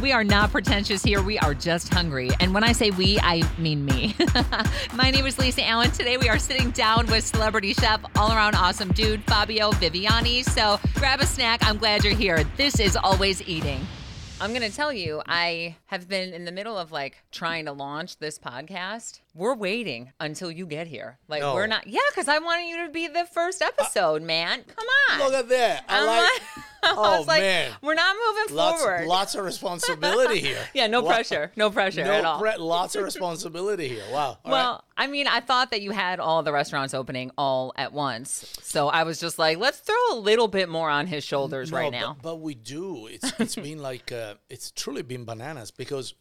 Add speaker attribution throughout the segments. Speaker 1: we are not pretentious here. We are just hungry. And when I say we, I mean me. My name is Lisa Allen. Today we are sitting down with celebrity chef, all around awesome dude, Fabio Viviani. So grab a snack. I'm glad you're here. This is always eating.
Speaker 2: I'm going to tell you, I have been in the middle of like trying to launch this podcast. We're waiting until you get here. Like,
Speaker 3: No.
Speaker 2: we're not, yeah, because I wanted you to be the first episode, man. Come on.
Speaker 3: Look at that. I
Speaker 2: I'm
Speaker 3: like.
Speaker 2: I
Speaker 3: Oh,
Speaker 2: was like,
Speaker 3: man.
Speaker 2: we're not moving
Speaker 3: Lots,
Speaker 2: forward.
Speaker 3: lots of responsibility here.
Speaker 2: yeah, no
Speaker 3: Lo-
Speaker 2: pressure. No pressure
Speaker 3: No
Speaker 2: at all.
Speaker 3: pre- lots of responsibility here. Wow. All
Speaker 2: well,
Speaker 3: right.
Speaker 2: I mean, I thought that you had all the restaurants opening all at once. So I was just like, let's throw a little bit more on his shoulders
Speaker 3: No,
Speaker 2: right
Speaker 3: but-
Speaker 2: now.
Speaker 3: But, we do. It's it's been like uh, it's truly been bananas because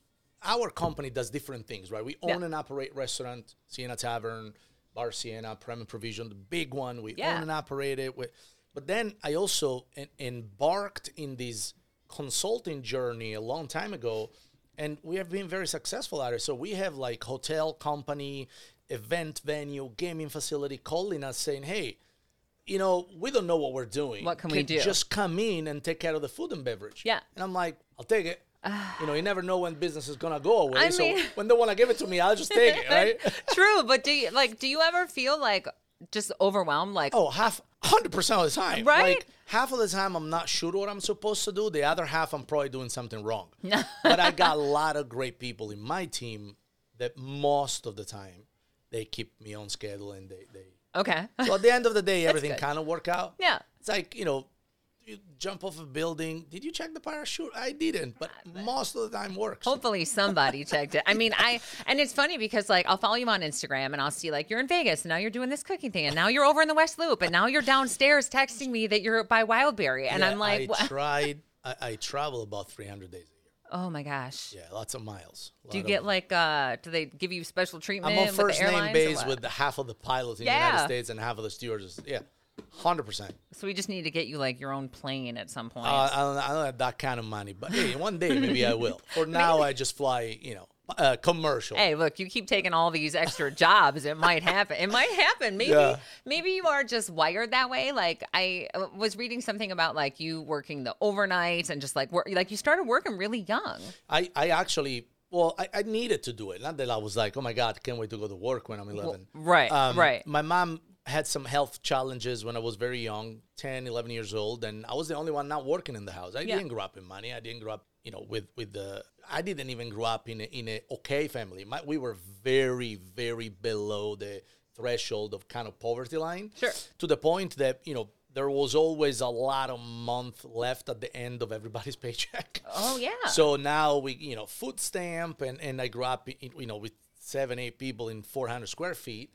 Speaker 3: our company does different things, right? We own
Speaker 2: Yeah.
Speaker 3: and operate restaurant, Siena Tavern, Bar Siena, Prem and Provision, the big one. We
Speaker 2: Yeah.
Speaker 3: own and operate it. We, but then I also en- embarked in this consulting journey a long time ago, and we have been very successful at it. So we have like hotel company, event venue, gaming facility calling us saying, "Hey." You know, we don't know what we're doing.
Speaker 2: What can we do?
Speaker 3: Just come in and take care of the food and beverage.
Speaker 2: Yeah.
Speaker 3: And I'm like, I'll take it. you know, you never know when business is gonna go away.
Speaker 2: I
Speaker 3: so
Speaker 2: mean-
Speaker 3: when they wanna give it to me, I'll just take it, eh, right?
Speaker 2: True, but do you like do you ever feel like just overwhelmed like
Speaker 3: Oh, half hundred percent of the time.
Speaker 2: Right?
Speaker 3: Like half of the time I'm not sure what I'm supposed to do. The other half I'm probably doing something wrong. but I got a lot of great people in my team that most of the time they keep me on schedule and they, they
Speaker 2: okay.
Speaker 3: So at the end of the day, everything
Speaker 2: good.
Speaker 3: kind of worked out.
Speaker 2: Yeah.
Speaker 3: It's like, you know, you jump off a building. Did you check the parachute? I didn't, but
Speaker 2: Ah,
Speaker 3: most of the time works.
Speaker 2: Hopefully somebody checked it. I mean, I and it's funny because like I'll follow you on Instagram and I'll see like you're in Vegas and now you're doing this cooking thing and now you're over in the West Loop and now you're downstairs texting me that you're by Wildberry and
Speaker 3: Yeah,
Speaker 2: I'm like,
Speaker 3: I
Speaker 2: "Wha-
Speaker 3: tried. I, I travel about 300 days a
Speaker 2: oh my gosh.
Speaker 3: year. Yeah, lots of miles.
Speaker 2: Do you
Speaker 3: Lot
Speaker 2: get
Speaker 3: of-
Speaker 2: like uh do they give you special treatment?
Speaker 3: um, I'm on
Speaker 2: with the
Speaker 3: first
Speaker 2: airlines
Speaker 3: name
Speaker 2: or
Speaker 3: base
Speaker 2: what?
Speaker 3: with the half of the pilots in the
Speaker 2: Yeah.
Speaker 3: United States and half of the stewards. Yeah, hundred percent.
Speaker 2: So we just need to get you like your own plane at some point.
Speaker 3: Uh, I don't, I don't have that kind of money, but hey, one day maybe I will. For now, I just fly. You know, uh, commercial.
Speaker 2: hey, look, you keep taking all these extra jobs. It might happen. It might happen. Maybe
Speaker 3: Yeah.
Speaker 2: maybe you are just wired that way. Like I uh, was reading something about like you working the overnights and just like work like you started working really young.
Speaker 3: I, I actually, well, I, I needed to do it. Not that I was like, oh my God, can't wait to go to work when I'm 11.
Speaker 2: right, right.
Speaker 3: My mom had some health challenges when I was very young, 10, 11 years old, and I was the only one not working in the house. I
Speaker 2: Yeah.
Speaker 3: didn't grow up in money. I didn't grow up, you know, with, with the, I didn't even grow up in a, in a okay family. My, we were very, very below the threshold of kind of poverty line.
Speaker 2: Sure.
Speaker 3: To the point that, you know, there was always a lot of month left at the end of everybody's paycheck.
Speaker 2: Oh yeah.
Speaker 3: So now we, you know, food stamp, and and I grew up, in, you know, with seven, eight people in 400 square feet,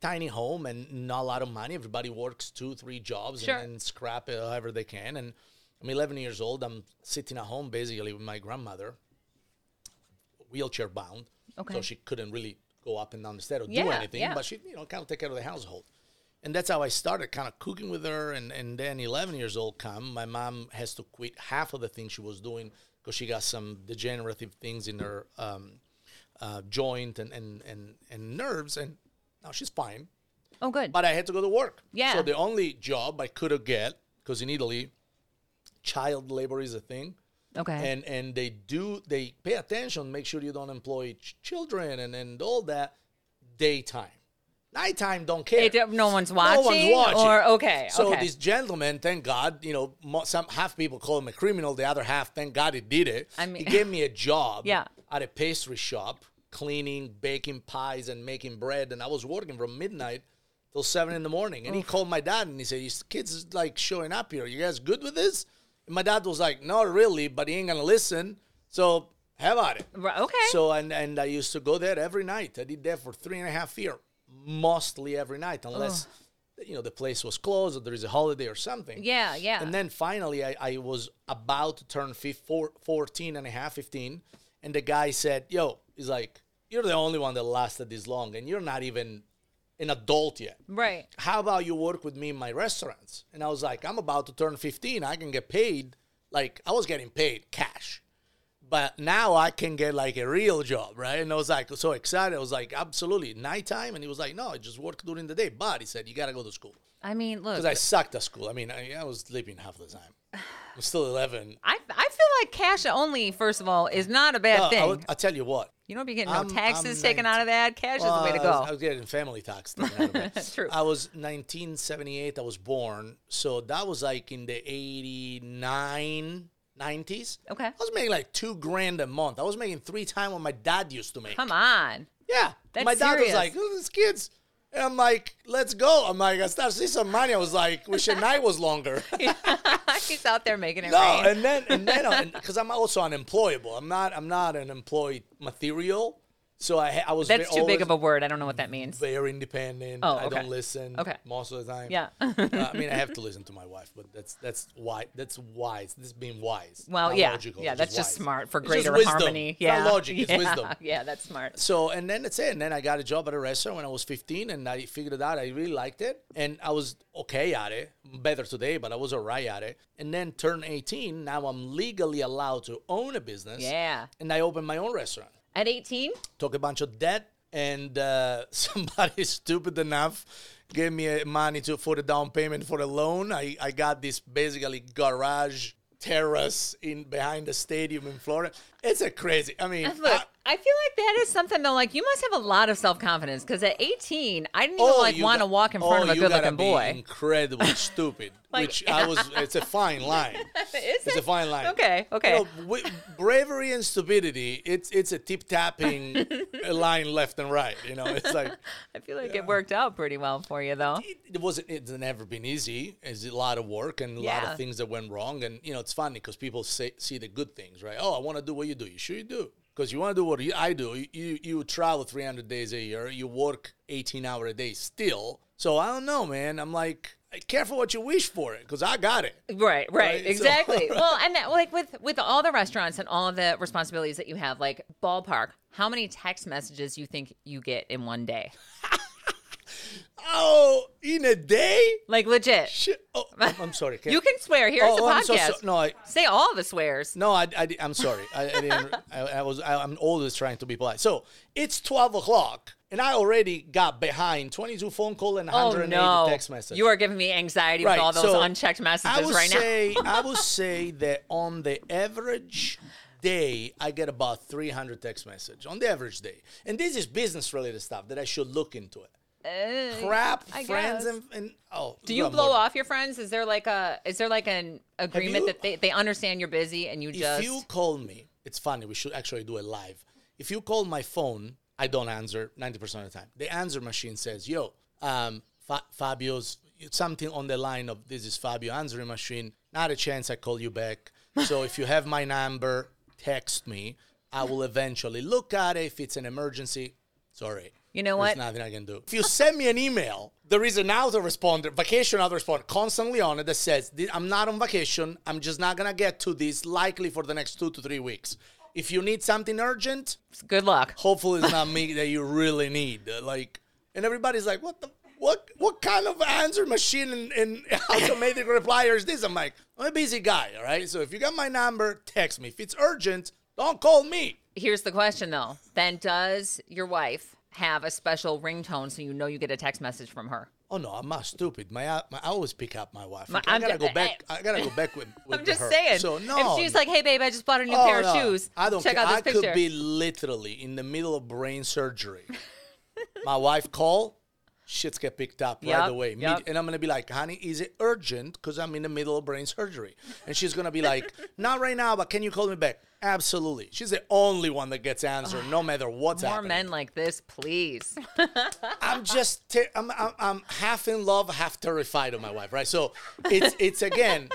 Speaker 3: tiny home, and not a lot of money. Everybody works two, three jobs
Speaker 2: Sure.
Speaker 3: and, and scrap it however they can. And I'm 11 years old. I'm sitting at home basically with my grandmother, wheelchair bound.
Speaker 2: Okay.
Speaker 3: So she couldn't really go up and down the stairs or do
Speaker 2: Yeah,
Speaker 3: anything,
Speaker 2: yeah.
Speaker 3: but she, you know, kind of take care of the household. And that's how I started kind of cooking with her. And, and then 11 years old come, my mom has to quit half of the things she was doing because she got some degenerative things in her um, uh, joint and, and, and, and nerves. And now she's fine.
Speaker 2: oh good.
Speaker 3: But I had to go to work.
Speaker 2: Yeah.
Speaker 3: So the only job I could get, because in Italy, child labor is a thing
Speaker 2: okay.
Speaker 3: and and they do they pay attention make sure you don't employ ch- children and and all that daytime nighttime don't care
Speaker 2: It- no one's watching.
Speaker 3: no one's watching
Speaker 2: Or okay.
Speaker 3: so
Speaker 2: okay.
Speaker 3: this gentleman thank god you know mo- some half people call him a criminal the other half thank god he did it
Speaker 2: I mean-
Speaker 3: he gave me a job
Speaker 2: Yeah.
Speaker 3: at a pastry shop cleaning baking pies and making bread and i was working from midnight till seven in the morning and he called my dad and he said his kids is like showing up here you guys good with this and my dad was like not really but he ain't gonna listen so have at it
Speaker 2: Ri- okay.
Speaker 3: so and and I used to go there every night. I did that for three and a half year, mostly every night,
Speaker 2: Oh.
Speaker 3: unless you know the place was closed or there is a holiday or something.
Speaker 2: yeah, yeah.
Speaker 3: And then finally, I, I was about to turn fif- four, 14 and a half, 15. And the guy said, Yo, he's like, You're the only one that lasted this long, and you're not even an adult yet.
Speaker 2: right.
Speaker 3: How about you work with me in my restaurants? And I was like, I'm about to turn 15. I can get paid. Like, I was getting paid cash. But now I can get like a real job, right? And I was like, so excited. I was like, absolutely, nighttime. And he was like, no, I just work during the day. But he said, you got to go to school.
Speaker 2: I mean, look.
Speaker 3: Because I sucked at school. I mean, I, I was sleeping half the time. I'm still 11.
Speaker 2: I, I feel like cash only, first of all, is not a bad
Speaker 3: Uh,
Speaker 2: thing.
Speaker 3: I will, I'll tell you what.
Speaker 2: you don't be getting no
Speaker 3: I'm-
Speaker 2: taxes
Speaker 3: I'm
Speaker 2: taken out of that. Cash is the way to
Speaker 3: Well, I
Speaker 2: go.
Speaker 3: was, I was getting family tax. taken out of it.
Speaker 2: That's true.
Speaker 3: I was 1978. I was born, so that was like in the 89, 90s.
Speaker 2: Okay.
Speaker 3: I was making like two grand a month. I was making three times what my dad used to make.
Speaker 2: Come on.
Speaker 3: Yeah.
Speaker 2: That's
Speaker 3: my dad
Speaker 2: serious.
Speaker 3: was like, "Oh, these kids. And I'm like, let's go. I'm like, I started to see some money. I was like, wish your night was longer.
Speaker 2: He's out there making it
Speaker 3: no,
Speaker 2: rain.
Speaker 3: and then and then because I'm also unemployable. I'm not I'm not an employed material. So I ha- I was
Speaker 2: That's
Speaker 3: ve-
Speaker 2: too big
Speaker 3: always
Speaker 2: of a word. I don't know what that means.
Speaker 3: very independent.
Speaker 2: Oh,
Speaker 3: I
Speaker 2: okay.
Speaker 3: don't listen
Speaker 2: Okay.
Speaker 3: most of the time.
Speaker 2: Yeah.
Speaker 3: Uh, I mean, I have to listen to my wife, but that's that's why that's wise. This being wise.
Speaker 2: Well,
Speaker 3: not
Speaker 2: yeah.
Speaker 3: logical,
Speaker 2: yeah, that's just
Speaker 3: wise.
Speaker 2: smart for
Speaker 3: It's just
Speaker 2: greater
Speaker 3: wisdom.
Speaker 2: harmony.
Speaker 3: It's
Speaker 2: Yeah.
Speaker 3: not logic, it's
Speaker 2: yeah.
Speaker 3: wisdom.
Speaker 2: Yeah, that's smart.
Speaker 3: So and then that's it. And then I got a job at a restaurant when I was 15, and I figured it out. I really liked it, and I was okay at it. Better today, but I was alright at it. And then turned 18. Now I'm legally allowed to own a business.
Speaker 2: Yeah.
Speaker 3: And I opened my own restaurant.
Speaker 2: At 18?
Speaker 3: Took a bunch of debt, and uh, somebody stupid enough gave me uh, money to for the down payment for a loan. I, I got this basically garage terrace in behind the stadium in Florida. It's a crazy. I mean,
Speaker 2: Look,
Speaker 3: I-
Speaker 2: I feel like that is something though. Like you must have a lot of self confidence because at 18, I didn't even like
Speaker 3: Oh, you
Speaker 2: want to
Speaker 3: got-
Speaker 2: walk in front
Speaker 3: oh,
Speaker 2: of a
Speaker 3: you
Speaker 2: good
Speaker 3: gotta
Speaker 2: looking
Speaker 3: be
Speaker 2: boy.
Speaker 3: Incredibly stupid, which I was. It's a fine line.
Speaker 2: Is
Speaker 3: It's a
Speaker 2: it?
Speaker 3: fine line.
Speaker 2: Okay, okay.
Speaker 3: You know, wi- bravery and stupidity. It's it's a tip tapping line left and right. You know, it's like
Speaker 2: I feel like it worked out pretty well for you though.
Speaker 3: it, it wasn't. It's never been easy. It's a lot of work and a lot
Speaker 2: Yeah.
Speaker 3: of things that went wrong. And you know, it's funny because people say, see the good things, right? Oh, I want to do what you do. You sure you do. Because you want to do what you- I do, You- you you travel 300 days a year, you work 18 hour a day still. So I don't know, man. I'm like, careful what you wish for it, because I got it.
Speaker 2: Right, right,
Speaker 3: Right, so-
Speaker 2: exactly. well, and that, like with with all the restaurants and all the responsibilities that you have, like ballpark, how many text messages you think you get in one day?
Speaker 3: Oh, in a day?
Speaker 2: Like legit,
Speaker 3: Shit. Oh, I'm sorry. Can-
Speaker 2: you can swear. Here's the
Speaker 3: Oh, I'm so
Speaker 2: podcast.
Speaker 3: so- no, I,
Speaker 2: Say all the swears.
Speaker 3: No, I, I, am sorry. I, I didn't. I, I was. I, I'm always trying to be polite. So it's 12 o'clock, and I already got behind 22 phone call and
Speaker 2: Oh
Speaker 3: 180
Speaker 2: no!
Speaker 3: text message.
Speaker 2: You are giving me anxiety with all those unchecked
Speaker 3: I
Speaker 2: messages
Speaker 3: would
Speaker 2: right
Speaker 3: say, I would say that on the average day, I get about 300 text message on the average day, and this is business related stuff that I should look into it.
Speaker 2: now. Uh,
Speaker 3: Crap,
Speaker 2: I
Speaker 3: friends,
Speaker 2: guess.
Speaker 3: and, and oh.
Speaker 2: Do you
Speaker 3: got
Speaker 2: blow
Speaker 3: more.
Speaker 2: off your friends? Is there like a is there like an agreement
Speaker 3: you-
Speaker 2: that they, they understand you're busy and you just
Speaker 3: If you call me, it's funny. We should actually do it live. If you call my phone, I don't answer 90% of the time. The answer machine says, yo, um, Fa- Fabio's something on the line of this is Fabio answering machine. Not a chance I call you back. So if you have my number, text me. I will eventually look at it. If it's an emergency, sorry.
Speaker 2: You know what?
Speaker 3: There's nothing I can do. If you send me an email, there is an autoresponder, vacation autoresponder, constantly on it that says, "Th- I'm not on vacation. I'm just not going to get to this likely for the next two to three weeks. If you need something urgent,
Speaker 2: good luck.
Speaker 3: hopefully it's not me that you really need. Uh, Like, and everybody's like, what the? What, what kind of answer machine and, and automatic replier is this? I'm like, I'm a busy guy, all right? So if you got my number, text me. If it's urgent, don't call me.
Speaker 2: Here's the question though. Then does your wife have a special ringtone so you know you get a text message from her?
Speaker 3: Oh no, I'm not stupid. My, my I always pick up my wife.
Speaker 2: My-
Speaker 3: I
Speaker 2: I'm
Speaker 3: gotta
Speaker 2: ju- eh,
Speaker 3: go back. I, gotta go back with. with
Speaker 2: I'm just
Speaker 3: her.
Speaker 2: saying.
Speaker 3: So no,
Speaker 2: If she's like, "Hey babe, I just bought a new
Speaker 3: oh,
Speaker 2: pair
Speaker 3: no,
Speaker 2: of shoes,"
Speaker 3: I don't
Speaker 2: check
Speaker 3: care.
Speaker 2: out this
Speaker 3: I
Speaker 2: picture.
Speaker 3: could be literally in the middle of brain surgery. my wife call, shit's get picked up
Speaker 2: Yup,
Speaker 3: right away, Mid-
Speaker 2: yup.
Speaker 3: and I'm gonna be like, "Honey, is it urgent? Because I'm in the middle of brain surgery." And she's gonna be like, "Not right now, but can you call me back?" Absolutely. She's the only one that gets answered, no matter what's
Speaker 2: More
Speaker 3: happening.
Speaker 2: men like this, please.
Speaker 3: I'm just ter- I'm, I'm I'm half in love, half terrified of my wife, right? So it's it's again,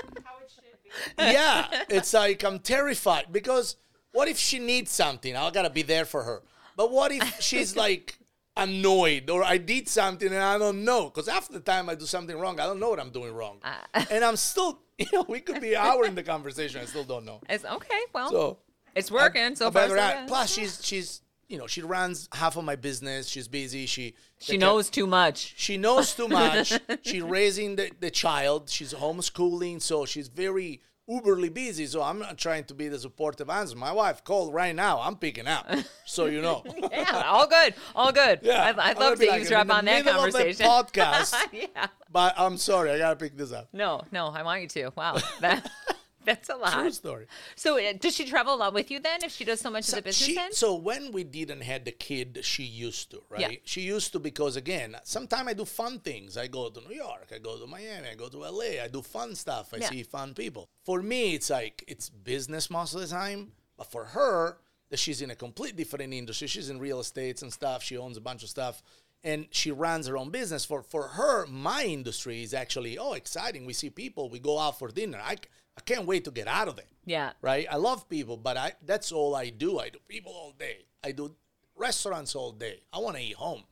Speaker 3: yeah, it's like I'm terrified because what if she needs something? I gotta be there for her. But what if she's like annoyed or I did something and I don't know? Because half the time I do something wrong, I don't know what I'm doing wrong,
Speaker 2: Ah.
Speaker 3: and I'm still you know we could be an hour in the conversation, I still don't know.
Speaker 2: It's okay. Well,
Speaker 3: So oh,
Speaker 2: it's working so
Speaker 3: I
Speaker 2: far.
Speaker 3: better
Speaker 2: So
Speaker 3: act.
Speaker 2: good.
Speaker 3: Plus she's she's. You know, she runs half of my business. She's busy. She
Speaker 2: she knows too much.
Speaker 3: she knows too much. She's raising the, the child. She's homeschooling, so she's very uberly busy. So I'm not trying to be the supportive answer. My wife called right now. I'm picking up, so you know.
Speaker 2: Yeah, all good, all good.
Speaker 3: Yeah,
Speaker 2: I'd, I'd
Speaker 3: I'm gonna
Speaker 2: love
Speaker 3: be
Speaker 2: to
Speaker 3: like,
Speaker 2: eavesdrop
Speaker 3: in the
Speaker 2: on that
Speaker 3: middle of the
Speaker 2: conversation.
Speaker 3: podcast,
Speaker 2: yeah.
Speaker 3: but I'm sorry, I gotta pick this up.
Speaker 2: No, no, I want you to. Wow. That, That's a
Speaker 3: True
Speaker 2: lot.
Speaker 3: story.
Speaker 2: So uh, does she travel a lot with you then? If she does so much as a
Speaker 3: she,
Speaker 2: businessman?
Speaker 3: so when we didn't had the kid, she used to, right? She used to because again, sometimes I do fun things. I go to New York, I go to Miami, I go to LA, I do fun stuff, I
Speaker 2: Yeah.
Speaker 3: see fun people. For me, it's like it's business most of the time, but for her, that she's in a complete different industry. She's in real estates and stuff. She owns a bunch of stuff. And she runs her own business. For for her, my industry is actually oh exciting. We see people. We go out for dinner. I, c- I can't wait to get out of it
Speaker 2: yeah.
Speaker 3: right? I love people, but I that's all I do. I do people all day. I do restaurants all day. I want to eat home.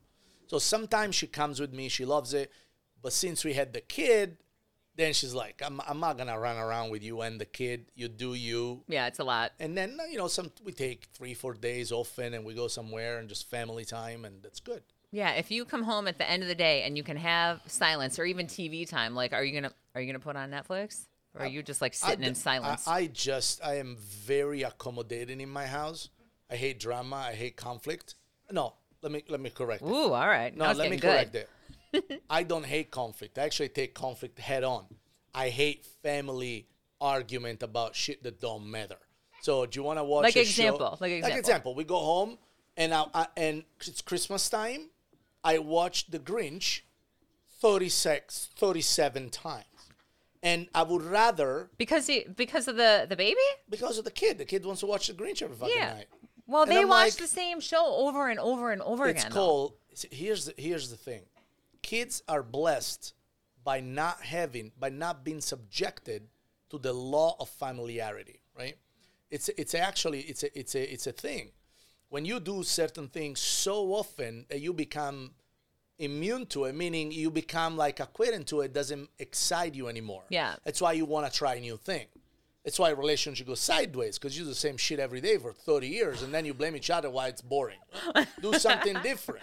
Speaker 3: So sometimes she comes with me. She loves it, but since we had the kid, then she's like, "I'm I'm not gonna run around with you and the kid. You do you."
Speaker 2: Yeah, it's a lot.
Speaker 3: And then uh, you know, some we take three four days often, and we go somewhere and just family time, and that's good.
Speaker 2: Yeah, if you come home at the end of the day and you can have silence or even TV time, like are you gonna are you gonna put on Netflix? Or are you just like sitting
Speaker 3: Uh, I-
Speaker 2: in silence?
Speaker 3: I, I just I am very accommodating in my house. I hate drama. I hate conflict. No, let me let me correct. it.
Speaker 2: Ooh, all right.
Speaker 3: No,
Speaker 2: I was
Speaker 3: let me
Speaker 2: getting
Speaker 3: correct
Speaker 2: good.
Speaker 3: it. I don't hate conflict. I actually take conflict head on. I hate family argument about shit that don't matter. So do you want to watch
Speaker 2: Like
Speaker 3: a
Speaker 2: example,
Speaker 3: Show?
Speaker 2: like example.
Speaker 3: We go home and I, I, and it's Christmas time. I watched The Grinch 36, 37 times, and I would rather
Speaker 2: Because he, because of the the baby?
Speaker 3: because of the kid. The kid wants to watch The Grinch every fucking
Speaker 2: Yeah.
Speaker 3: night.
Speaker 2: Well,
Speaker 3: And
Speaker 2: they
Speaker 3: I'm
Speaker 2: watch
Speaker 3: like-
Speaker 2: the same show over and over and over
Speaker 3: It's
Speaker 2: again. though.
Speaker 3: called. see, Here's the, here's the thing. Kids are blessed by not having, by not being subjected to the law of familiarity. Right? It's it's actually it's a it's a it's a thing. When you do certain things so often that you become immune to it, meaning you become like acquainted to it, doesn't excite you anymore.
Speaker 2: Yeah.
Speaker 3: That's why you want to try a new thing. That's why relationship goes sideways because you do the same shit every day for 30 years and then you blame each other why it's boring. do something different.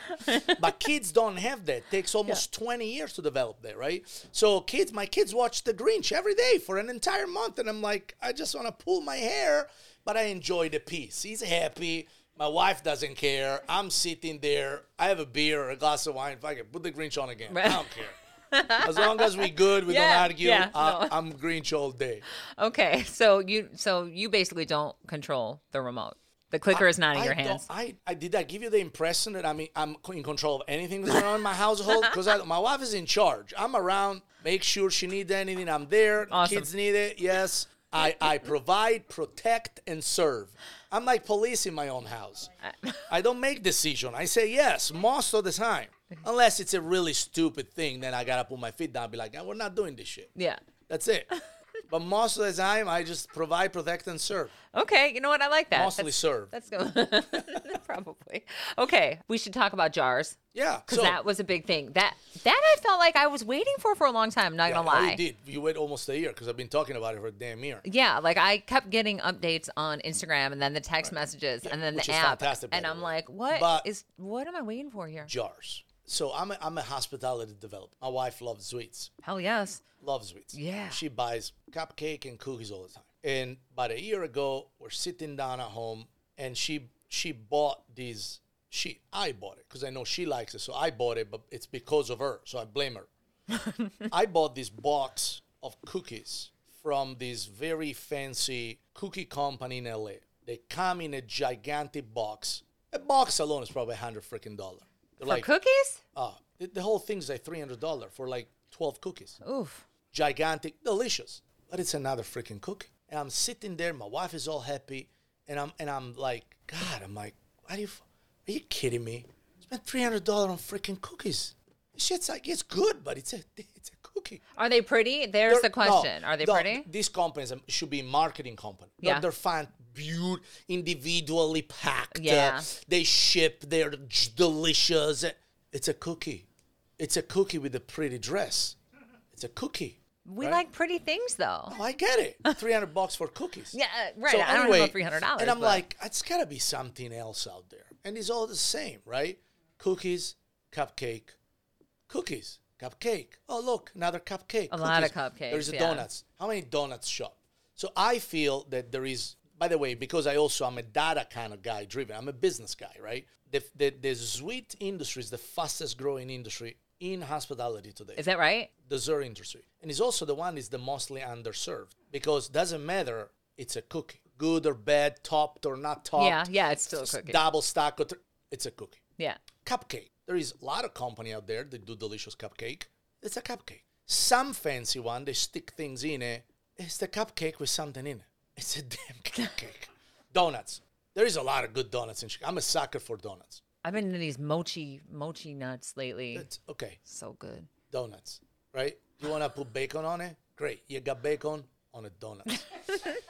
Speaker 3: But kids don't have that. takes almost 20 years to develop that, right? So kids, my kids watch The Grinch every day for an entire month and I'm like, I just want to pull my hair, but I enjoy the piece. He's happy. My wife doesn't care. I'm sitting there. I have a beer or a glass of wine. Fuck it. Put the Grinch on again. I don't care. As long as we good, we
Speaker 2: Yeah,
Speaker 3: don't argue.
Speaker 2: yeah,
Speaker 3: I,
Speaker 2: no.
Speaker 3: I'm Grinch all day.
Speaker 2: Okay, so you so you basically don't control the remote. The clicker is not in
Speaker 3: I
Speaker 2: your
Speaker 3: don't-
Speaker 2: hands.
Speaker 3: I, I did I give you the impression that I mean I'm co- in control of anything that's going on in my household because my wife is in charge. I'm around, make sure she needs anything. I'm there.
Speaker 2: Awesome.
Speaker 3: Kids need it. Yes, I I provide, protect, and serve. I'm like police in my own house. I don't make decision. I say yes most of the time, unless it's a really stupid thing. Then I gotta put my feet down, and be like, "Ah, we're not doing this shit.
Speaker 2: Yeah.
Speaker 3: That's it. But most of the time, I just provide, protect, and serve.
Speaker 2: Okay, you know what? I like that.
Speaker 3: Mostly serve.
Speaker 2: That's good. Probably. Okay, we should talk about jars
Speaker 3: Yeah.
Speaker 2: because that was a big thing. That that I felt like I was waiting for for a long time. Not gonna
Speaker 3: Yeah, oh,
Speaker 2: lie.
Speaker 3: You did. You wait almost a year because I've been talking about it for a damn year.
Speaker 2: Yeah, like I kept getting updates on Instagram and then the text messages and then
Speaker 3: which
Speaker 2: the
Speaker 3: is
Speaker 2: app.
Speaker 3: fantastic, by
Speaker 2: and
Speaker 3: the
Speaker 2: I'm
Speaker 3: way.
Speaker 2: like, what is?
Speaker 3: But-
Speaker 2: what am I waiting for here?
Speaker 3: Jars. So I'm a, I'm a hospitality developer. My wife loves sweets.
Speaker 2: Hell yes.
Speaker 3: Loves sweets.
Speaker 2: Yeah.
Speaker 3: She buys cupcake and cookies all the time. And about a year ago, we're sitting down at home, and she she bought these. She I bought it because I know she likes it, so I bought it. But it's because of her, so I blame her. I bought this box of cookies from this very fancy cookie company in LA. They come in a gigantic box. A box alone is probably hundred freaking dollar. They're
Speaker 2: For
Speaker 3: like,
Speaker 2: cookies?
Speaker 3: uh, the, the whole thing's like three hundred dollar for like twelve cookies
Speaker 2: Oof.
Speaker 3: gigantic, delicious. But it's another freaking cookie. And I'm sitting there, my wife is all happy, and I'm and I'm like, God, I'm like, why do you, f- are you kidding me? Spent three hundred dollars on freaking cookies. This shit's like it's good, but it's a it's a cookie.
Speaker 2: Are they pretty? There's the
Speaker 3: They're-
Speaker 2: question.
Speaker 3: no,
Speaker 2: Are they
Speaker 3: no,
Speaker 2: pretty?
Speaker 3: These companies um, should be marketing company. They're-
Speaker 2: Yeah.
Speaker 3: They're fine, beaut, individually packed. uh,
Speaker 2: Yeah.
Speaker 3: They ship. They're j- delicious. It's a cookie. It's a cookie with a pretty dress. It's a cookie.
Speaker 2: We
Speaker 3: right?
Speaker 2: like pretty things though.
Speaker 3: Oh, I get it. Three hundred bucks for cookies.
Speaker 2: Yeah, uh, right. I don't have about $300,
Speaker 3: And I'm
Speaker 2: but-
Speaker 3: like, it's gotta be something else out there. And it's all the same, right? Cookies, cupcake, cookies, cupcake. Oh, look, another cupcake.
Speaker 2: A lot of cupcakes,
Speaker 3: There's a
Speaker 2: yeah.
Speaker 3: donuts. How many donuts shop? So I feel that there is. By the way, because I also am a data kind of guy driven. I'm a business guy, right? The the, the sweet industry is the fastest growing industry in hospitality today.
Speaker 2: Is that right?
Speaker 3: the dessert industry. And it's also the one is the mostly underserved because doesn't matter it's a cookie, good or bad, topped or not topped.
Speaker 2: Yeah, yeah, it's still a
Speaker 3: s-
Speaker 2: cookie.
Speaker 3: Double stack or thr- it's a cookie.
Speaker 2: Yeah.
Speaker 3: Cupcake. There is a lot of company out there that do delicious cupcake. It's a cupcake. Some fancy one they stick things in it. It's the cupcake with something in it. It's a damn cupcake. donuts. There is a lot of good donuts in Chicago. I'm a sucker for donuts.
Speaker 2: I've been into these mochi mochi nuts lately.
Speaker 3: It's okay.
Speaker 2: so good.
Speaker 3: donuts, right? You want to put bacon on it? Great. You got bacon on a donut.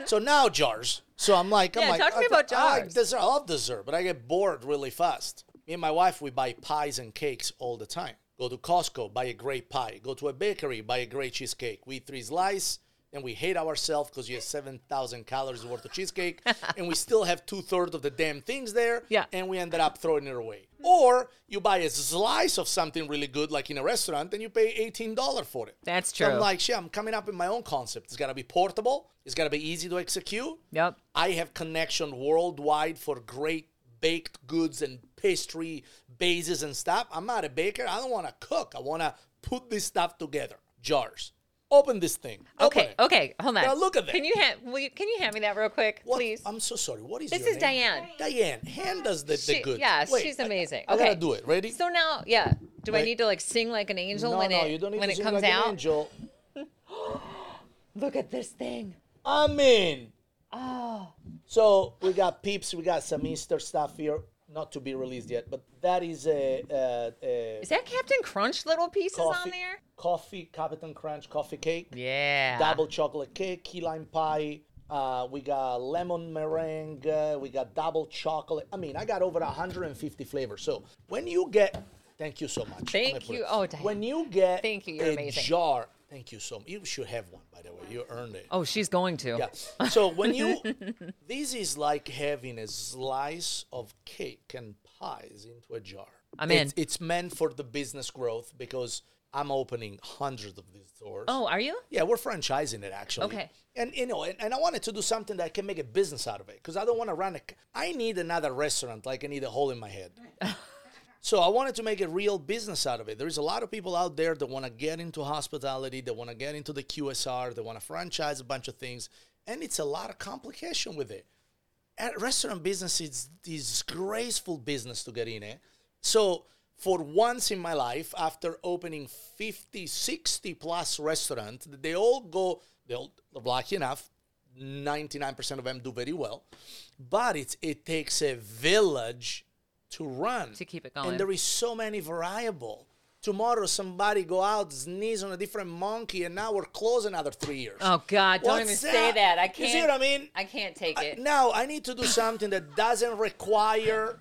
Speaker 3: so now jars. So I'm like, I'm
Speaker 2: Yeah,
Speaker 3: like,
Speaker 2: talk to
Speaker 3: I
Speaker 2: me about
Speaker 3: I like
Speaker 2: jars.
Speaker 3: dessert. I love dessert, but I get bored really fast. Me and my wife, we buy pies and cakes all the time. Go to Costco, buy a great pie. Go to a bakery, buy a great cheesecake. We eat three slices, and we hate ourselves because you have 7,000 calories worth of cheesecake, and we still have two thirds of the damn things there
Speaker 2: Yeah.
Speaker 3: and we ended up throwing it away. Or you buy a slice of something really good, like in a restaurant, and you pay eighteen dollars for it.
Speaker 2: That's
Speaker 3: So
Speaker 2: true.
Speaker 3: I'm like, shit, I'm coming up with my own concept. It's gotta be portable. It's gotta be easy to execute.
Speaker 2: Yep.
Speaker 3: I have connection worldwide for great baked goods and pastry bases and stuff. I'm not a baker. I don't want to cook. I want to put this stuff together. Jars. Open this thing. Open
Speaker 2: Okay. oh,
Speaker 3: it.
Speaker 2: Okay. Hold on.
Speaker 3: Now look at that.
Speaker 2: Can you ha- will you, can you hand me that real quick,
Speaker 3: What-
Speaker 2: please?
Speaker 3: I'm so sorry. What is
Speaker 2: This
Speaker 3: your
Speaker 2: is
Speaker 3: name?
Speaker 2: Diane.
Speaker 3: Diane, hand us the, the
Speaker 2: She-
Speaker 3: goods.
Speaker 2: yeah,
Speaker 3: Wait,
Speaker 2: she's
Speaker 3: I-
Speaker 2: amazing.
Speaker 3: I,
Speaker 2: Okay.
Speaker 3: gotta do it. Ready?
Speaker 2: so now, yeah. Do I
Speaker 3: Wait.
Speaker 2: need to like sing like an angel when it when it
Speaker 3: sing
Speaker 2: comes
Speaker 3: like an
Speaker 2: out?
Speaker 3: angel.
Speaker 2: Look at this thing.
Speaker 3: I mean,
Speaker 2: Oh,
Speaker 3: so we got peeps, we got some Easter stuff here, not to be released yet, but that is a, a, a
Speaker 2: is that Captain Crunch little pieces
Speaker 3: coffee,
Speaker 2: on there?
Speaker 3: coffee Captain Crunch coffee cake,
Speaker 2: Yeah.
Speaker 3: double chocolate cake, key lime pie. Uh, we got lemon meringue. Uh, we got double chocolate. I mean, I got over 150 flavors. So when you get, thank you so much.
Speaker 2: Thank
Speaker 3: Let me put
Speaker 2: you.
Speaker 3: it-
Speaker 2: Oh, Diane.
Speaker 3: When you get,
Speaker 2: Thank you. You're
Speaker 3: a
Speaker 2: amazing.
Speaker 3: Jar. Thank you so much. You should have one, by the way. You earned it.
Speaker 2: Oh, she's going to.
Speaker 3: Yeah. So when you, this is like having a slice of cake and pies into a jar.
Speaker 2: I'm
Speaker 3: it's,
Speaker 2: in.
Speaker 3: It's meant for the business growth because I'm opening hundreds of these stores.
Speaker 2: Oh, are you?
Speaker 3: Yeah, we're franchising it actually.
Speaker 2: Okay.
Speaker 3: And you know, and, and I wanted to do something that I can make a business out of it because I don't want to run a. c- I need another restaurant. Like I need a hole in my head. so I wanted to make a real business out of it. There's a lot of people out there that want to get into hospitality, that want to get into the QSR, they want to franchise a bunch of things, and it's a lot of complication with it. And restaurant business is disgraceful business to get in it. So for once in my life, after opening 50, 60 plus restaurants, they all go, they all, lucky enough, 99% of them do very well. But it's, it takes a village to run.
Speaker 2: To keep it going.
Speaker 3: And there is so many variable. Tomorrow somebody go out, sneeze on a different monkey, and now we're closed another three years.
Speaker 2: Oh God! Don't
Speaker 3: What's
Speaker 2: even say
Speaker 3: that?
Speaker 2: that. I
Speaker 3: You
Speaker 2: can't.
Speaker 3: see what I mean?
Speaker 2: I can't take it.
Speaker 3: Now I need to do something that doesn't require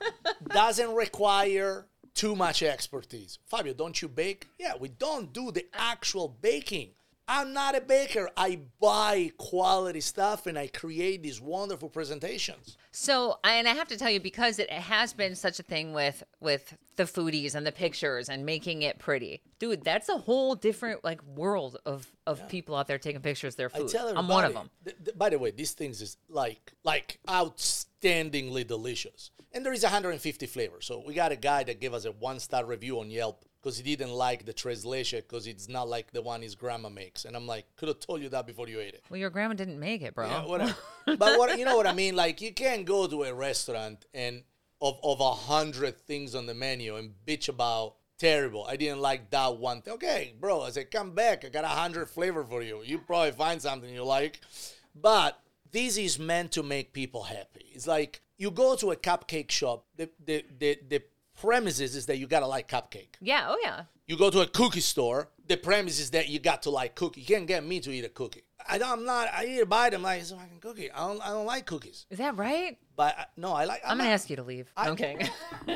Speaker 3: doesn't require too much expertise. Fabio, don't you bake? Yeah, we don't do the actual baking. I'm not a baker. I buy quality stuff and I create these wonderful presentations.
Speaker 2: So, I- and I have to tell you because it has been such a thing with with the foodies and the pictures and making it pretty, dude. That's a whole different like world of of people out there taking pictures of their
Speaker 3: I
Speaker 2: food.
Speaker 3: tell everybody.
Speaker 2: I'm one of them.
Speaker 3: th- th- by the way, these things is like like outstandingly delicious, and there is 150 flavors. So we got a guy that gave us a one star review on Yelp because he didn't like the tres leche because it's not like the one his grandma makes, and I'm like, could have told you that before you ate it.
Speaker 2: Well, your grandma didn't make it, bro.
Speaker 3: Yeah, whatever. but what you know what I mean? Like you can't go to a restaurant and of of a hundred things on the menu and bitch about terrible. I didn't like that one thing. Okay, bro, I said come back. I got a hundred flavor for you. You probably find something you like. But this is meant to make people happy. It's like you go to a cupcake shop. The the the, the premises is that you gotta like cupcake.
Speaker 2: yeah. Oh yeah.
Speaker 3: You go to a cookie store. The premise is that you got to like cookie. You can't get me to eat a cookie. I don't, I'm not. I either buy them like it's a fucking cookie. I don't. I don't like cookies.
Speaker 2: Is that right?
Speaker 3: But I, no, I like.
Speaker 2: I'm gonna ask you to leave. I, am kidding.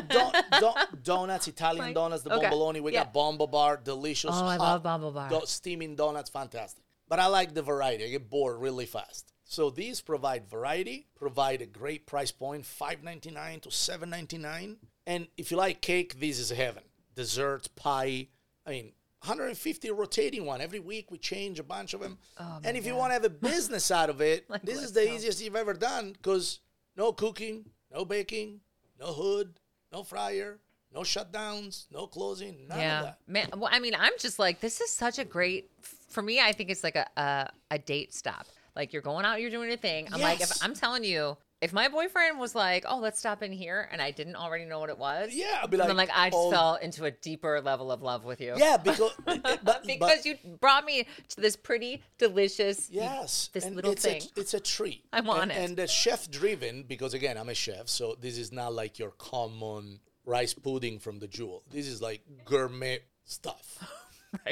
Speaker 3: Don, don, donuts, Italian
Speaker 2: Fine.
Speaker 3: donuts, the
Speaker 2: Okay.
Speaker 3: bomboloni. We
Speaker 2: Yeah.
Speaker 3: got Bomba Bar, delicious.
Speaker 2: Oh, I
Speaker 3: hot
Speaker 2: love Bomba Bar.
Speaker 3: do- steaming donuts, fantastic. But I like the variety. I get bored really fast. So these provide variety, provide a great price point, five ninety nine to seven ninety nine. And if you like cake, this is heaven. Dessert, pie. I mean, 150 rotating one every week. We change a bunch of them. and if you want to have a business out of it,
Speaker 2: Oh, Like,
Speaker 3: this
Speaker 2: let's
Speaker 3: is the
Speaker 2: go.
Speaker 3: easiest you've ever done because no cooking, no baking, no hood, no fryer, No shutdowns, no closing, none of
Speaker 2: yeah,
Speaker 3: that.
Speaker 2: man. Well, I mean, I'm just like, this is such a great. For me, I think it's like a a, a date stop. Like you're going out, you're doing your thing. I'm like, if
Speaker 3: Yes.
Speaker 2: I'm telling you, if my boyfriend was like, "Oh, let's stop in here," and I didn't already know what it was,
Speaker 3: Yeah, I'd be like,
Speaker 2: then like I just
Speaker 3: oh,
Speaker 2: fell into a deeper level of love with you.
Speaker 3: Yeah, because but, but-
Speaker 2: because you brought me to this pretty delicious.
Speaker 3: Yes,
Speaker 2: this little
Speaker 3: it's
Speaker 2: thing.
Speaker 3: A, it's a tree.
Speaker 2: I want
Speaker 3: and,
Speaker 2: it.
Speaker 3: And the chef driven because again, I'm a chef, so this is not like your common rice pudding from the jewel. This is like gourmet stuff.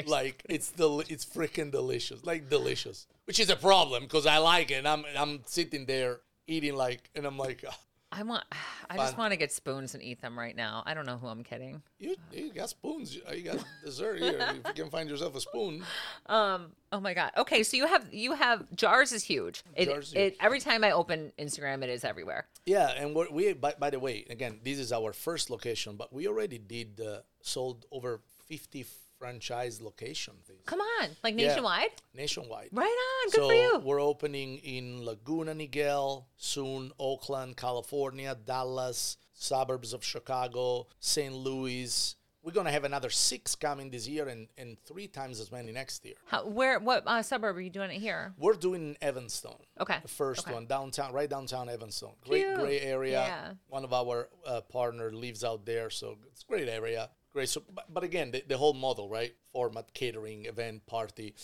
Speaker 3: Like it's del- it's freaking delicious, like delicious, which is a problem because I like it. And I'm I'm sitting there eating like, and I'm like, "Ah,
Speaker 2: I want. I just want to get spoons and eat them right now. I don't know who I'm kidding.
Speaker 3: you you got spoons, you got dessert here. if you can find yourself a spoon,
Speaker 2: Oh my god. Okay, so you have you have jars is huge. It,
Speaker 3: Jars is
Speaker 2: it every time I open Instagram, it is everywhere.
Speaker 3: Yeah, and what we by, by the way, again, this is our first location, but we already did uh, sold over 50 franchise location things
Speaker 2: Come on, like
Speaker 3: Yeah.
Speaker 2: nationwide.
Speaker 3: nationwide.
Speaker 2: Right on. Good
Speaker 3: so
Speaker 2: for you.
Speaker 3: we're opening in Laguna Niguel, soon Oakland, California, Dallas, suburbs of Chicago, St. Louis. We're gonna have another six coming this year and, and three times as many next year.
Speaker 2: How, where? What uh, suburb are you doing it here?
Speaker 3: We're doing Evanston.
Speaker 2: Okay,
Speaker 3: The first
Speaker 2: okay.
Speaker 3: one downtown, right downtown Evanston. Great,
Speaker 2: Cute.
Speaker 3: great area.
Speaker 2: Yeah.
Speaker 3: One of our uh, partner lives out there, so it's a great area. Great. So, but, but again, the, the whole model, right? Format, catering, event, party.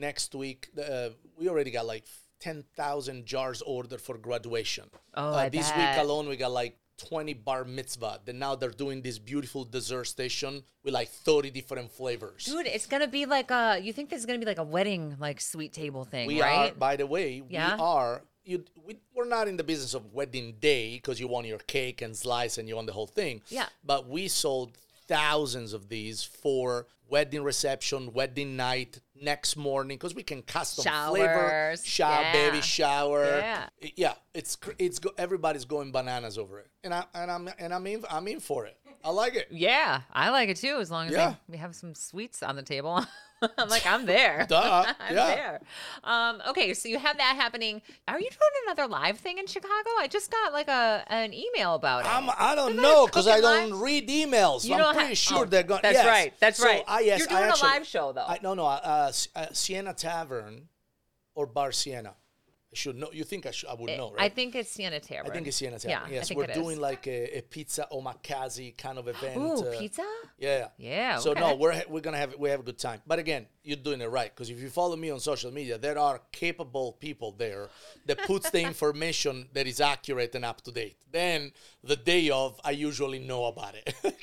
Speaker 3: Next week, uh, we already got like ten thousand jars ordered for graduation.
Speaker 2: Oh,
Speaker 3: uh,
Speaker 2: I
Speaker 3: this
Speaker 2: bet.
Speaker 3: week alone, we got like. 20 bar mitzvah. Then now they're doing this beautiful dessert station with like 30 different flavors.
Speaker 2: Dude, it's gonna be like a. You think this is gonna be like a wedding, like sweet table thing,
Speaker 3: We
Speaker 2: right?
Speaker 3: are, by the way,
Speaker 2: Yeah.
Speaker 3: we are. You, we, we're not in the business of wedding day because you want your cake and slice and you want the whole thing.
Speaker 2: Yeah.
Speaker 3: But we sold thousands of these for wedding reception, wedding night, next morning because we can custom flavor,
Speaker 2: Showers,
Speaker 3: shower,
Speaker 2: yeah.
Speaker 3: baby shower.
Speaker 2: Yeah.
Speaker 3: I- yeah. It's cr- it's go, everybody's going bananas over it, and I and I'm and I'm in, I'm in for it. I like it.
Speaker 2: yeah, I like it too. As long as I-
Speaker 3: Yeah.
Speaker 2: we have some sweets on the table, I'm like I'm there.
Speaker 3: Duh.
Speaker 2: I'm
Speaker 3: yeah.
Speaker 2: there. Um, okay, so you have that happening. Are you doing another live thing in Chicago? I just got like a an email about it.
Speaker 3: I'm, I don't
Speaker 2: Isn't that
Speaker 3: know because I
Speaker 2: cooking live?
Speaker 3: don't read emails.
Speaker 2: You
Speaker 3: I'm
Speaker 2: don't ha-
Speaker 3: pretty sure
Speaker 2: oh,
Speaker 3: they're going.
Speaker 2: that's right, that's right.
Speaker 3: I, ah, yes,
Speaker 2: You're
Speaker 3: I
Speaker 2: doing a
Speaker 3: actually-
Speaker 2: live show, though.
Speaker 3: I, no, no. Uh, S- uh, Siena Tavern or Bar Siena. I should know. You think I should? I would know, right?
Speaker 2: Eh, I think it's Sienna Tavern.
Speaker 3: I think it's Siena
Speaker 2: Yeah,
Speaker 3: Tavern.
Speaker 2: I
Speaker 3: yes,
Speaker 2: think
Speaker 3: we're
Speaker 2: it is.
Speaker 3: doing like a, a pizza omakase kind of event.
Speaker 2: Ooh,
Speaker 3: uh,
Speaker 2: pizza?
Speaker 3: Yeah.
Speaker 2: Yeah,
Speaker 3: So
Speaker 2: okay.
Speaker 3: no, we're ha- we're gonna have we have a good time. But again, you're doing it right because if you follow me on social media, there are capable people there that puts the information that is accurate and up to date. Then the day of, I usually know about it.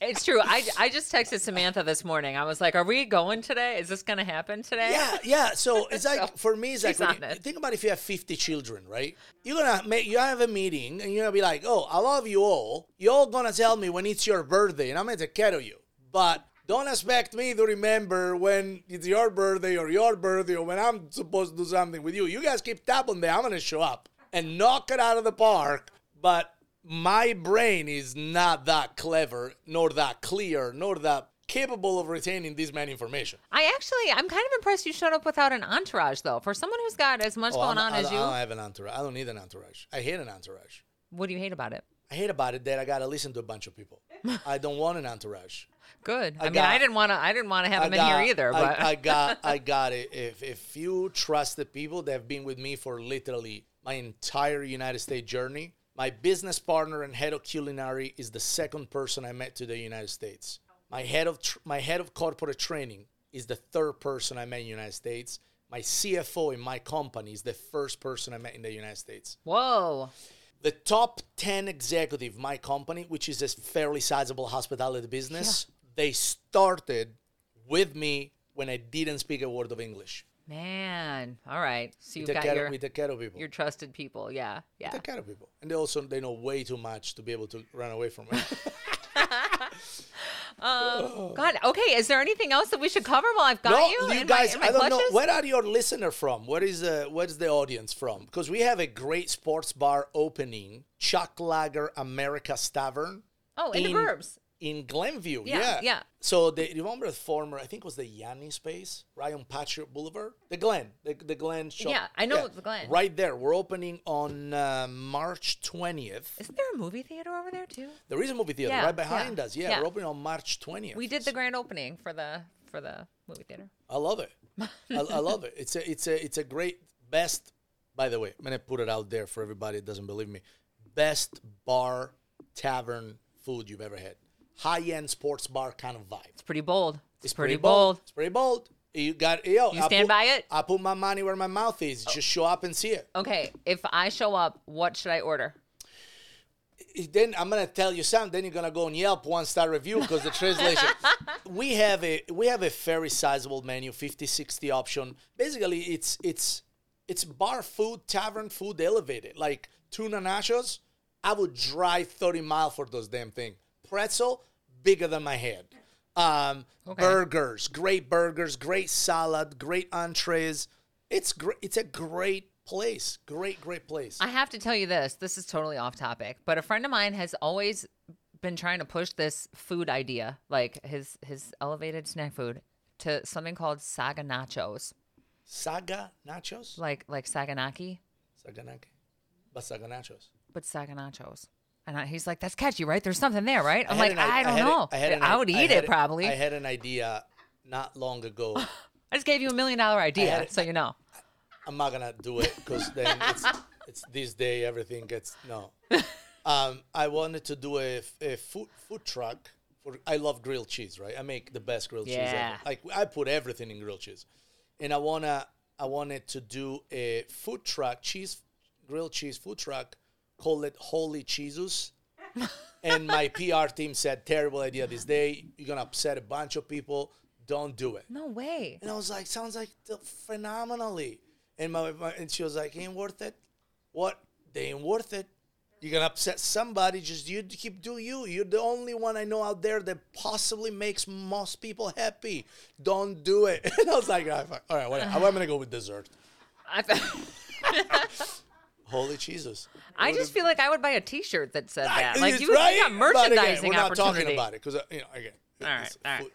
Speaker 2: It's true. I, I just texted Samantha this morning. I was like, "Are we going today? Is this going to happen today?"
Speaker 3: yeah, yeah. So it's like for me, it's like
Speaker 2: she's
Speaker 3: when
Speaker 2: on
Speaker 3: you-
Speaker 2: it.
Speaker 3: think about if you have 50 children, right? You're gonna make you have a meeting and you're gonna be like, oh, I love you all. You're all gonna tell me when it's your birthday, and I'm gonna take care of you. But don't expect me to remember when it's your birthday or your birthday or when I'm supposed to do something with you. You guys keep tap on that. I'm gonna show up and knock it out of the park. But my brain is not that clever, nor that clear, nor that capable of retaining this many information.
Speaker 2: I actually, I'm kind of impressed you showed up without an entourage, though. For someone who's got as much
Speaker 3: Oh,
Speaker 2: going on
Speaker 3: I'm- I,
Speaker 2: as
Speaker 3: don't-
Speaker 2: you,
Speaker 3: I don't have an entourage. I don't need an entourage. I hate an entourage.
Speaker 2: what do you hate about it?
Speaker 3: I hate about it that I gotta listen to a bunch of people. I don't want an entourage.
Speaker 2: Good. I, mean,
Speaker 3: got-
Speaker 2: I didn't want to. I didn't want to have
Speaker 3: I
Speaker 2: him
Speaker 3: got-
Speaker 2: in here either.
Speaker 3: I-
Speaker 2: But
Speaker 3: I, got, I got it. If if you trust the people that have been with me for literally my entire United States journey, my business partner and head of culinary is the second person I met to the United States. My head of tr- my head of corporate training is the third person I met in the United States. My CFO in my company is the first person I met in the United States.
Speaker 2: whoa,
Speaker 3: the top 10 executive my company which is a fairly sizable hospitality business they started with me when i didn't speak a word of english
Speaker 2: man. All right. So you've
Speaker 3: take
Speaker 2: got
Speaker 3: care,
Speaker 2: your
Speaker 3: we take care of people
Speaker 2: your trusted people. Yeah. Yeah.
Speaker 3: take care of people and they also they know way too much to be able to run away from it
Speaker 2: God. Okay. Is there anything else that we should cover while I've got you? in my-
Speaker 3: guys
Speaker 2: in my
Speaker 3: i don't know
Speaker 2: clutches?
Speaker 3: where are your listener from what is the what's the audience from because we have a great sports bar opening chuck lager america's tavern
Speaker 2: Oh, in, the
Speaker 3: in-
Speaker 2: burbs.
Speaker 3: in Glenview.
Speaker 2: Yeah,
Speaker 3: Yeah.
Speaker 2: yeah.
Speaker 3: So they you remember the former, I think it was the Yanni space, right on Patriot Boulevard? The Glen, the, the Glen shop.
Speaker 2: Yeah, I know the Glen.
Speaker 3: Right there. We're opening on uh, March 20th.
Speaker 2: Isn't there a movie theater over there too?
Speaker 3: There is a movie theater
Speaker 2: Yeah,
Speaker 3: right behind
Speaker 2: yeah,
Speaker 3: us. Yeah,
Speaker 2: yeah.
Speaker 3: we're opening on March 20th.
Speaker 2: We did the grand opening for the for the movie theater.
Speaker 3: I love it. I, I love it. It's a it's a it's a great best. By the way, I'm gonna put it out there for everybody that doesn't believe me. Best bar tavern food you've ever had. High end sports bar kind of vibe.
Speaker 2: It's pretty bold. It's, pretty, bold.
Speaker 3: It's pretty bold. You got yo.
Speaker 2: You
Speaker 3: I
Speaker 2: stand
Speaker 3: put-
Speaker 2: by it? Oh.
Speaker 3: I put my money where my mouth is. Just show up and see it.
Speaker 2: Okay, if I show up, what should I order?
Speaker 3: then I'm gonna tell you something. Then you're gonna go on Yelp one star review because the translation. we have a we have a very sizable menu, 50, 60 option. Basically, it's it's it's bar food, tavern food elevated. Like tuna nachos, I would drive 30 mile for those damn thing. Pretzel, bigger than my head. Um, burgers, great burgers, great salad, great entrees. It's great. It's a great place. Great, great place.
Speaker 2: I have to tell you this. This is totally off topic, but a friend of mine has always been trying to push this food idea, like his his elevated snack food, to something called saga nachos,
Speaker 3: Saga nachos.
Speaker 2: like like saganaki,
Speaker 3: Saganaki. But saganachos.
Speaker 2: but saga nachos. And I, he's like, "That's catchy, right? There's something there, right?" I'm
Speaker 3: had
Speaker 2: like,
Speaker 3: an i-
Speaker 2: "I don't
Speaker 3: had a-
Speaker 2: know. I,
Speaker 3: had an i-
Speaker 2: would
Speaker 3: I
Speaker 2: eat
Speaker 3: had
Speaker 2: it
Speaker 3: a-
Speaker 2: probably."
Speaker 3: I
Speaker 2: I,
Speaker 3: had an idea not long ago.
Speaker 2: just gave you a million dollar idea,
Speaker 3: a-
Speaker 2: so you know.
Speaker 3: I'm not gonna do it because then it's, it's this day everything gets no. Um, I wanted to do a, f- a food food truck. For, I love grilled cheese, right? I make the best grilled cheese.
Speaker 2: Yeah.
Speaker 3: Ever. Like I put everything in grilled cheese, and I wanna I wanted to do a food truck cheese grilled cheese food truck. Call it Holy Jesus. and my PR team said, "Terrible idea this day. You're gonna upset a bunch of people. Don't do it."
Speaker 2: No way.
Speaker 3: And I was like, sounds like the phenomenally. And my, my and she was like, ain't worth it. What? They ain't worth it. You're gonna upset somebody. Just you keep do you. You're the only one I know out there that possibly makes most people happy. Don't do it. And I was like, all right, fuck. All right whatever. I'm gonna go with dessert.
Speaker 2: I,
Speaker 3: Holy Jesus.
Speaker 2: I just feel like I would buy a T-shirt that said that.
Speaker 3: I-
Speaker 2: Like
Speaker 3: it's
Speaker 2: you, you got
Speaker 3: But again,
Speaker 2: merchandising
Speaker 3: We're not
Speaker 2: opportunity.
Speaker 3: talking about it because you know again.
Speaker 2: All right,
Speaker 3: it's
Speaker 2: all right.
Speaker 3: food.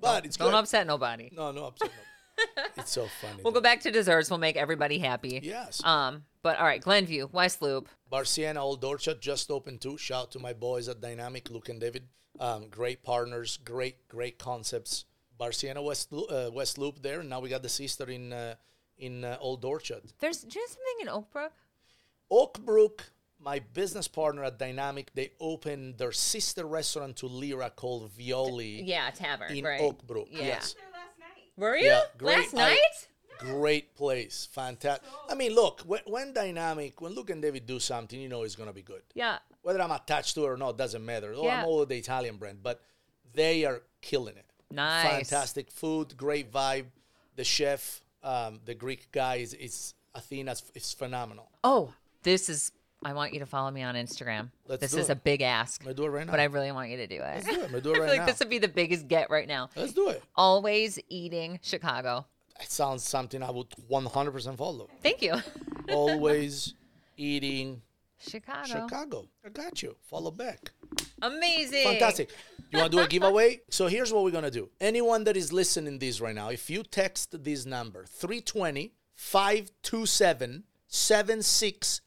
Speaker 3: But it's
Speaker 2: Don't
Speaker 3: good.
Speaker 2: upset nobody.
Speaker 3: No, no upset. No. it's so funny.
Speaker 2: We'll go back to desserts. We'll make everybody happy.
Speaker 3: Yes.
Speaker 2: Um. But all right, Glenview, West Loop.
Speaker 3: Barciana Old Orchard just opened too. Shout out to my boys at Dynamic, Luke and David. Um, great partners, great great concepts. Barciana West Loop, uh, West Loop there. Now we got the sister in uh, in uh, Old Orchard.
Speaker 2: There's do you know something in Oak Brook?
Speaker 3: Oakbrook, my business partner at Dynamic, they opened their sister restaurant to Lyra called Violi
Speaker 2: Yeah, tavern.
Speaker 3: in
Speaker 2: right.
Speaker 3: Oakbrook.
Speaker 2: Yeah.
Speaker 3: Yes.
Speaker 2: Were you
Speaker 3: Yeah, great.
Speaker 2: last
Speaker 3: I-
Speaker 2: night?
Speaker 3: Great place, fantastic. I mean, look, when, when Dynamic, when Luke and David do something, you know it's gonna be good.
Speaker 2: yeah.
Speaker 3: whether I'm attached to it or not doesn't matter. Oh,
Speaker 2: Yeah.
Speaker 3: I'm all the Italian brand, but they are killing it.
Speaker 2: Nice.
Speaker 3: fantastic food, great vibe. The chef, um, the Greek guy is, is Athena's is phenomenal.
Speaker 2: Oh, this is. I want you to follow me on Instagram.
Speaker 3: Let's
Speaker 2: this
Speaker 3: do
Speaker 2: is
Speaker 3: it.
Speaker 2: a big ask,
Speaker 3: I'm gonna do it right now.
Speaker 2: but I really want you to do it.
Speaker 3: Let's do it. I'm gonna do it
Speaker 2: I
Speaker 3: right
Speaker 2: feel like
Speaker 3: now.
Speaker 2: this would be the biggest get right now.
Speaker 3: Let's do it.
Speaker 2: Always eating Chicago.
Speaker 3: That sounds something I would 100% follow.
Speaker 2: Thank you.
Speaker 3: Always eating
Speaker 2: Chicago.
Speaker 3: Chicago. I got you. Follow back.
Speaker 2: Amazing.
Speaker 3: Fantastic. You want to do a giveaway? So here's what we're going to do. Anyone that is listening this right now, if you text this number 320 527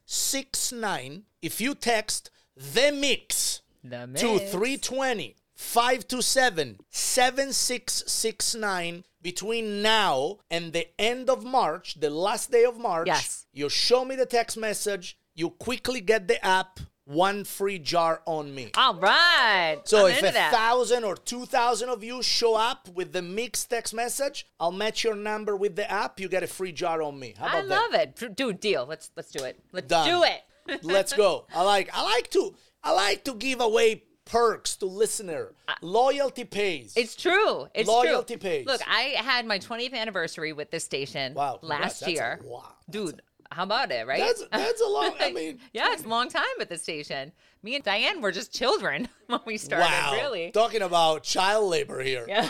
Speaker 3: 7669, if you text the mix
Speaker 2: The
Speaker 3: to
Speaker 2: mix.
Speaker 3: 320 527 7669 between now and the end of March, the last day of March,
Speaker 2: Yes.
Speaker 3: you show me the text message, you quickly get the app, one free jar on me.
Speaker 2: All right.
Speaker 3: So
Speaker 2: I'm
Speaker 3: if
Speaker 2: into
Speaker 3: a
Speaker 2: that.
Speaker 3: thousand or two thousand of you show up with the mixed text message, I'll match your number with the app. You get a free jar on me. How about
Speaker 2: I
Speaker 3: that?
Speaker 2: love it. Dr- Dude, deal. Let's let's do it. Let's
Speaker 3: Done.
Speaker 2: do it.
Speaker 3: Let's go. I like. I like to. I like to give away perks to listener. Loyalty pays.
Speaker 2: Uh, It's true. It's
Speaker 3: Loyalty
Speaker 2: true.
Speaker 3: pays.
Speaker 2: Look, I had my 20th anniversary with this station
Speaker 3: wow. congrats.
Speaker 2: last
Speaker 3: That's a
Speaker 2: year.
Speaker 3: lot.
Speaker 2: Dude, how about it, right?
Speaker 3: That's that's a lot. I mean,
Speaker 2: yeah, it's a long time at the station. Me and Diane were just children when we started,
Speaker 3: wow.
Speaker 2: really.
Speaker 3: Talking about child labor here.
Speaker 2: Yeah.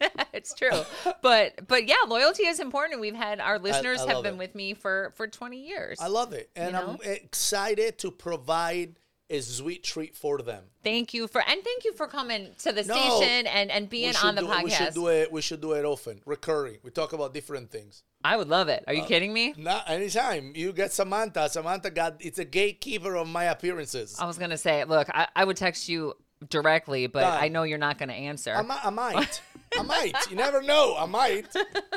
Speaker 2: it's true. But but yeah, loyalty is important. We've had our listeners have
Speaker 3: love
Speaker 2: been
Speaker 3: it.
Speaker 2: with me for for 20 years.
Speaker 3: I love it, and
Speaker 2: You know?
Speaker 3: I'm excited to provide a sweet treat for them.
Speaker 2: Thank you for and thank you for coming to the
Speaker 3: No.
Speaker 2: station and and being on the
Speaker 3: do, We should
Speaker 2: podcast.
Speaker 3: do it. We should do it often, recurring. We talk about different things.
Speaker 2: I would love it. Are you
Speaker 3: Uh,
Speaker 2: kidding me?
Speaker 3: Not anytime you get Samantha. Samantha got it's a gatekeeper of my appearances.
Speaker 2: I was gonna say, look, I, I would text you directly, but
Speaker 3: Done.
Speaker 2: I know you're not gonna answer.
Speaker 3: I, mi- I might. I might. You never know. I might.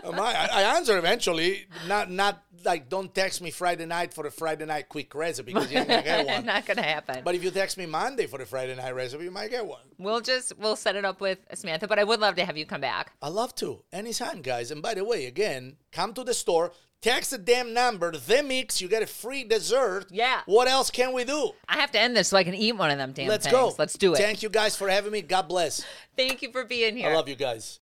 Speaker 3: I might. I, I answer eventually. Not not like don't text me Friday night for a Friday night quick recipe because you ain't gonna get one.
Speaker 2: not gonna happen.
Speaker 3: But if you text me Monday for the Friday night recipe, you might get one.
Speaker 2: we'll just we'll set it up with Samantha. But I would love to have you come back.
Speaker 3: I love to. Anytime, guys. And by the way, again, come to the store, text the damn number, the mix, you get a free dessert.
Speaker 2: Yeah.
Speaker 3: What else can we do?
Speaker 2: I have to end this so I can eat one of them damn
Speaker 3: Let's
Speaker 2: things.
Speaker 3: go.
Speaker 2: Let's do it.
Speaker 3: Thank you guys for having me. God bless.
Speaker 2: Thank you for being here.
Speaker 3: I love you guys.